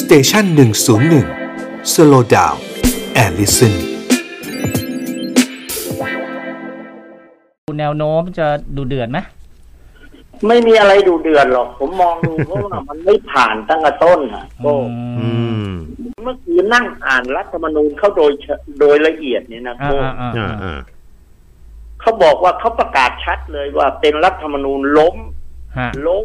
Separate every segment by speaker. Speaker 1: สเตชันหนึ่งศูนย์หนึ่งสโลดาวแอลลิสัน
Speaker 2: แนวโน้มจะดูเดือดไหม
Speaker 3: ไม่มีอะไรดูเดือดหรอก ผมมองดู เพราะว่ามันไม่ผ่านตั้งแต่ต้นอ่ะโก้
Speaker 2: อื
Speaker 4: อื
Speaker 2: ม
Speaker 4: ม
Speaker 3: เมื่อคืนนั่งอ่านรัฐธรรมนูญเข้าโดยเชโดยละเอียดเนี่ยนะ
Speaker 2: อ่า
Speaker 3: โก้
Speaker 2: อ่า
Speaker 4: อ่า
Speaker 2: อ่า
Speaker 4: อ่า
Speaker 3: เขาบอกว่าเขาประกาศชัดเลยว่าเป็นรัฐธรรมนูญล้ม
Speaker 2: ฮะ
Speaker 3: ล้ม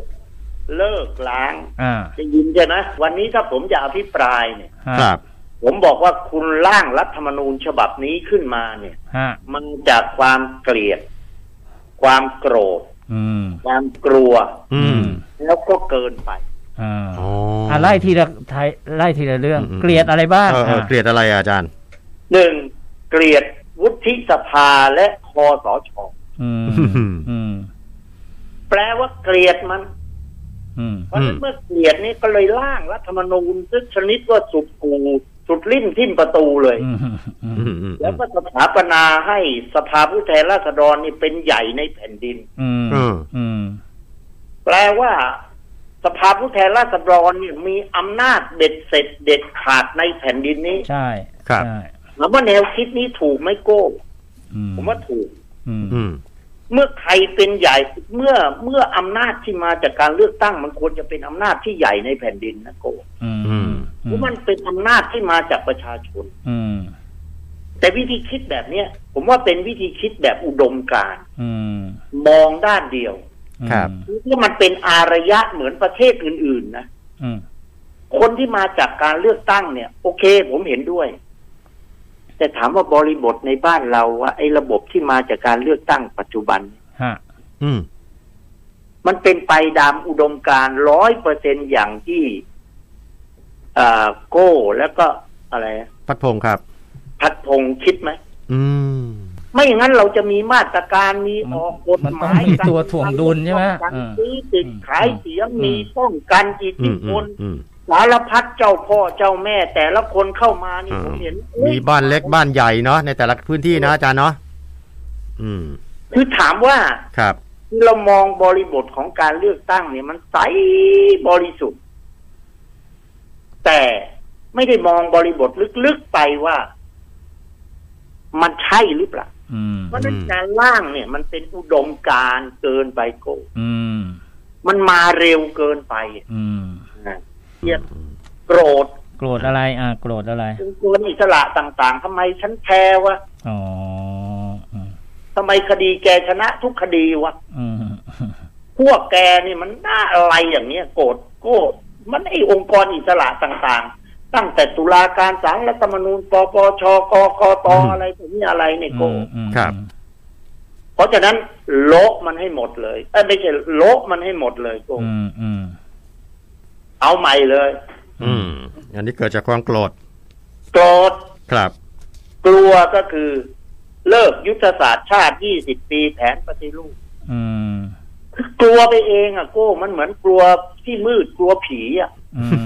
Speaker 3: เลิกล้าง
Speaker 2: อ่า
Speaker 3: จะยินใช่ไหมวันนี้ถ้าผมจะอภิปรายเนี่ย
Speaker 2: ฮะ
Speaker 4: ครับ
Speaker 3: ผมบอกว่าคุณร่างรัฐธรรมนูญฉบับนี้ขึ้นมาเนี่ย
Speaker 2: ฮะ
Speaker 3: มันจากความเกลียด ความโกรธ
Speaker 2: อืม
Speaker 3: ความกลัว
Speaker 4: อืม
Speaker 3: แล้วก็เกินไป
Speaker 2: อ่า
Speaker 4: อ๋อ
Speaker 2: อ่า
Speaker 4: อ่า
Speaker 2: ไล่ทีละไทยไล่ทีละเรื่อง
Speaker 4: อืมอืม
Speaker 2: เกลียดอะไรบ้าง
Speaker 4: เออเออเกลียดอะไรอ่ะอาจารย์
Speaker 3: หนึ่งเกลียดวุฒิสภาและคอสช
Speaker 2: อืมอืม
Speaker 3: แปลว่าเกลียดมัน
Speaker 2: อืม
Speaker 3: เพราะฉะนั้
Speaker 4: อื
Speaker 3: น
Speaker 4: ม
Speaker 3: เมื่อเกลียดนี่ก็เลยร่างรัฐธรรมนูญซึ่งชนิดว่าสุดกูสุดลิ่มทิ่มประตูเลย
Speaker 2: อืมอืม
Speaker 4: อืมอืม
Speaker 3: แล้วก็สถาปนาให้สภาผู้แทนราษฎรนี่เป็นใหญ่ในแผ่นดิน
Speaker 2: อืม
Speaker 4: เออ
Speaker 2: อืม
Speaker 3: แปลว่าสภาผู้แทนราษฎรเนี่ยมีอำนาจเด็ดเสร็จเด็ดขาดในแผ่นดินนี้
Speaker 2: ใช่
Speaker 4: ครับ
Speaker 2: ใช่
Speaker 3: ถามว่าแนวคิดนี้ถูกไหมโก้
Speaker 2: อืม
Speaker 3: ผมว่าถูก
Speaker 2: อืม
Speaker 4: อืม
Speaker 3: เมื่อใครเป็นใหญ่เมื่อเมื่ออำนาจที่มาจากการเลือกตั้งมันควรจะเป็นอำนาจที่ใหญ่ในแผ่นดินนะโก
Speaker 2: อืมอื
Speaker 4: อื
Speaker 2: ม
Speaker 4: ม
Speaker 3: เพราะมันเป็นอำนาจที่มาจากประชาชน
Speaker 2: อืม
Speaker 3: แต่วิธีคิดแบบเนี้ยผมว่าเป็นวิธีคิดแบบอุดมการณ์
Speaker 2: อืม
Speaker 3: มองด้านเดียว
Speaker 4: ครับ
Speaker 3: ถ้ามันเป็นอารยะเหมือนประเทศอื่นๆนะ
Speaker 2: อืม
Speaker 3: คนที่มาจากการเลือกตั้งเนี่ย โอเค ผมเห็นด้วย แต่ถามว่าบริบทในบ้านเราว่าไอ้ระบบที่มาจากการเลือกตั้งปัจจุบัน
Speaker 2: ฮะ
Speaker 4: อืม
Speaker 3: มันเป็นไปตามอุดมการร้อยเปอร์เซนอย่างที่เอ่อโก้แล้วก็อะไร
Speaker 4: พัดพงศ์ครับ
Speaker 3: พัดพงษ์คิดไหม
Speaker 4: อืม
Speaker 3: ไม่อย่างนั้นเราจะมีมาตรการมี
Speaker 2: มัน
Speaker 3: ออกกฎ
Speaker 2: มันต้อง
Speaker 3: หมาย
Speaker 2: มีตัวถ่วงดุลใช่ไหม
Speaker 3: ป้องกัน
Speaker 2: เออ
Speaker 3: ซื้อติดขายเสียง
Speaker 2: อืม
Speaker 3: มีป้องกันอิท
Speaker 4: อื
Speaker 3: ธิ
Speaker 4: ม
Speaker 3: พ
Speaker 4: อืม
Speaker 3: ล
Speaker 4: อืม
Speaker 3: สารพัดเจ้าพ่อเจ้าแม่ แต่ละคนเข้ามานี่
Speaker 4: อ่า
Speaker 3: ผมเห็น
Speaker 4: มีบ้านเล็กบ้านใหญ่เนาะในแต่ละพื้นที่นะอาจารย์เนาะอืม
Speaker 3: คือถามว่า
Speaker 4: ครับ
Speaker 3: เรามองบริบทของการเลือกตั้งเนี่ยมันใสบริสุทธิ์ แต่ไม่ได้มองบริบทลึกๆไปว่า มันใช่หรือเปล่า
Speaker 2: อืม
Speaker 3: เพราะฉะนั้นการล่างเนี่ย มันเป็นอุดมการณ์เกินไปโก
Speaker 2: อืม
Speaker 3: มันมาเร็วเกินไป
Speaker 2: อืม
Speaker 3: นะเกลียดโกรธ
Speaker 2: โกรธอะไร อ่าโกรธอะไร
Speaker 3: องค์กรอิสระต่างๆทำไมฉันแพ้วะ
Speaker 2: อ๋ออืม
Speaker 3: ทำไมคดีแกชนะทุกคดีวะ
Speaker 2: อืม
Speaker 3: พวกแกนี่มันน่าอะไรอย่างเนี้ยโกรธโกรธมันไอองค์กรอิสระต่างๆ ตั้งแต่ตุลาการศาลรัฐธรรมนูญปปชกกต
Speaker 4: อืม
Speaker 3: อะไรพวกนี้อะไรเนี่ยโกรธ
Speaker 2: อืม
Speaker 4: ครับ
Speaker 3: เพราะฉะนั้นโละมันให้หมดเลยเอ้ยไม่ใช่โละมันให้หมดเลยโกรธ
Speaker 2: อืมอืม
Speaker 3: เอาใหม่เลย
Speaker 4: อืม อันนี้เกิดจากความโกรธ
Speaker 3: โกรธ
Speaker 4: ครับ
Speaker 3: กลัวก็คือเลิกยุทธศาสตร์ชาติ 20 ปีแผนปฏิรูป
Speaker 2: อืม
Speaker 3: คือกลัวไปเองอ่ะโก้มันเหมือนกลัวที่มืดกลัวผีอ่ะ
Speaker 2: อืม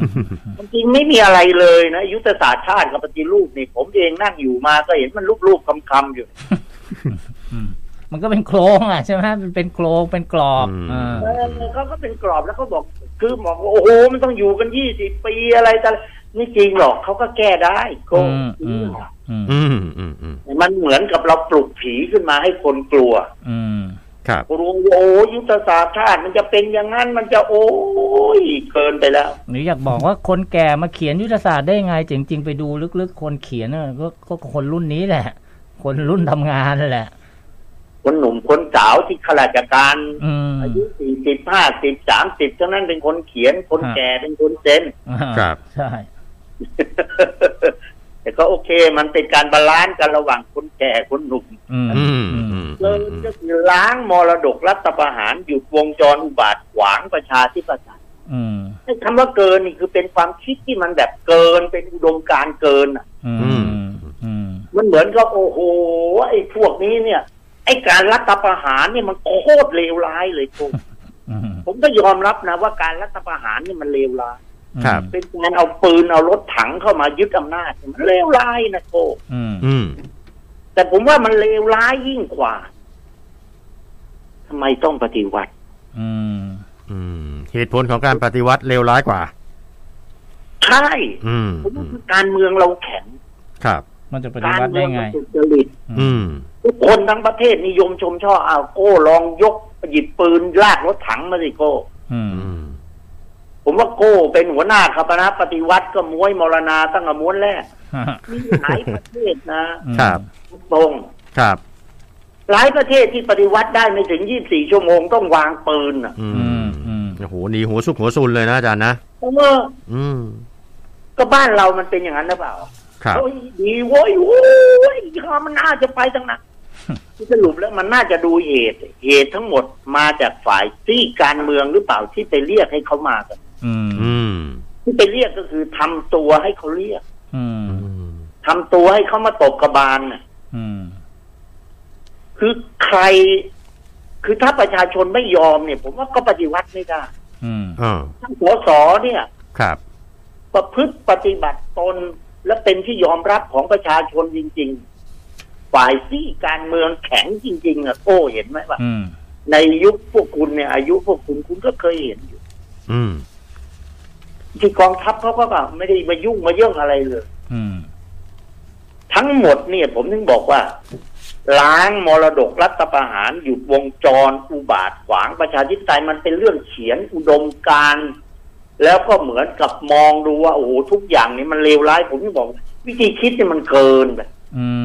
Speaker 3: มันจริงไม่มีอะไรเลยนะ ยุทธศาสตร์ชาติกับปฏิรูปนี่ผมเองนั่งอยู่มาก็เห็นมันรูปๆคำๆอยู่
Speaker 2: อืมมันก็เป็นโครงอ่ะใช่ไหมมันเป็นโครงเป็นกรอบ
Speaker 4: อืม
Speaker 2: อ่า
Speaker 3: เออเขาก็เป็นกรอบแล้วก็บอก คือบอกว่าโอ้โหมันต้องอยู่กัน 20 ปีอะไรแต่นี่จริงหรอกเขาก็แก้ได้โก้
Speaker 2: อืมอืมอืม
Speaker 4: อืมอืมอืม
Speaker 3: มันเหมือนกับเราปลุกผีขึ้นมาให้คนกลัว
Speaker 2: อืม
Speaker 4: ครับ
Speaker 3: กรุงโอ้ยุทธศาสตร์ชาติมันจะเป็นอย่างนั้นมันจะโอ้ยเกินไปแล้ว
Speaker 2: หนูอยากบอกว่าคนแก่มาเขียนยุทธศาสตร์ได้ไงจริง ๆ ไปดูลึกๆ คนเขียนน่ะก็ก็คนรุ่นนี้แหละ คนรุ่นทำงานนั่นแหละ
Speaker 3: คนหนุ่มคนสาวที่ข้าราชการ
Speaker 2: อืม
Speaker 3: อายุสี่สิบห้าสิบสามสิบเท่านั้นเป็นคนเขียน คนแก่เป็นคนเซ็น
Speaker 4: ครับ
Speaker 2: ใช่
Speaker 3: แต่ก็โอเค มันเป็นการบาลานซ์กันระหว่างคนแก่คนหนุ่ม
Speaker 2: อืม
Speaker 4: อืมอืมอืม
Speaker 3: เกินก็คือล้างมรดกรัฐประหารหยุดวงจรอุบาทขวางประชาธิปไตย
Speaker 2: อืม
Speaker 3: ไอ้คำว่าเกินนี่คือเป็นความคิดที่มันแบบเกินเป็นอุดมการณ์เกินอะ
Speaker 2: อืมอืม
Speaker 3: มันเหมือนกับโอ้โหไอ้พวกนี้เนี่ย ไอ้การรัฐประหารเนี่ยมันโคตรเลวร้ายเลยผม
Speaker 2: อืม
Speaker 3: ผมก็ยอมรับนะว่าการรัฐประหารเนี่ยมันเลวร้าย
Speaker 4: ครับ
Speaker 3: เป็นการเอาปืนเอารถถังเข้ามายึดอำนาจมันเลวร้ายนะโก
Speaker 2: อืม
Speaker 4: อืม
Speaker 3: แต่ผมว่ามันเลวร้ายยิ่งกว่าทำไมต้องปฏิวัติ
Speaker 2: อืม
Speaker 4: อืมเหตุผลของการปฏิวัติเลวร้ายกว่า
Speaker 3: ใช่
Speaker 4: อืม
Speaker 3: ผม
Speaker 4: อื
Speaker 3: ว่าม คือการเมืองเราแข็ง
Speaker 4: ครับ
Speaker 2: มันจะปฏิ
Speaker 3: การ
Speaker 2: วัติ
Speaker 3: เมื
Speaker 2: ได้
Speaker 3: มั
Speaker 2: ไง
Speaker 3: สุจริต
Speaker 4: อืม
Speaker 3: ทุกคนทั้งประเทศนิยมชมชอบเอาวโก้ลองยกหยิบปืนลากรถถังมาสิโก้
Speaker 2: อืม
Speaker 4: อืม
Speaker 3: ผมว่าโก้เป็นหัวหน้าคณะปฏิวัติก็ม้วยมรณาตั้งแต่ม้วนแรกมีหลายประเทศนะครับ ตรง
Speaker 4: ครับ
Speaker 3: หลายประเทศที่ปฏิวัติได้ไม่ถึง 24 ชั่วโมงต้องวางปืนอ่ะ
Speaker 4: อื
Speaker 2: อื
Speaker 4: ม
Speaker 2: มอืม
Speaker 4: โอ้โหหนีหัวซุกหัวซุนเลยนะอาจารย์นะ
Speaker 3: เพราะว่า
Speaker 4: อืม
Speaker 3: ก็บ้านเรามันเป็นอย่างนั้นหรือเปล่า
Speaker 4: ครับ
Speaker 3: โอ้ยดีโว้ยโอ้ยมันน่าจะไปทางนั้นสรุปแล้วมันน่าจะดูเหตุ เหตุทั้งหมดมาจากฝ่ายที่การเมืองหรือเปล่าที่ไปเรียกให้เขามากัน
Speaker 2: อืม
Speaker 4: อืม
Speaker 3: ที่ไปเรียกก็คือทำตัวให้เขาเรียก
Speaker 2: อืม
Speaker 4: อืม
Speaker 3: ทำตัวให้เขามาตกกระบาลน่ะ
Speaker 2: อืม
Speaker 3: คือใคร คือถ้าประชาชนไม่ยอมเนี่ย ผมว่าก็ปฏิวัติไม่ได้
Speaker 2: อืม
Speaker 4: อ่า
Speaker 3: ทั้งสสเนี่ย
Speaker 4: ครับ
Speaker 3: ประพฤติปฏิบัติตนและเป็นที่ยอมรับของประชาชนจริง ๆ ฝ่ายซี่การเมืองแข็งจริง ๆอ่ะโอ้เห็นไหมว่า
Speaker 2: อืม
Speaker 3: ในยุคพวกคุณเนี่ย อายุพวกคุณคุณก็เคยเห็นอยู่
Speaker 4: อืม
Speaker 3: ที่กองทัพเขาก็แบบไม่ได้มายุ่งมาเยื่องอะไรเลย
Speaker 2: อืม
Speaker 3: ทั้งหมดเนี่ยผมถึงบอกว่า ล้างมรดกรัฐประหารหยุดวงจร อุบาทขวางประชาธิปไตยมันเป็นเรื่องเขียนอุดมการณ์แล้วก็เหมือนกับมองดูว่า โอ้โหทุกอย่างนี่มันเลวร้าย ผมถึงบอก วิธีคิดเนี่ยมันเกินไป
Speaker 2: อืม嗯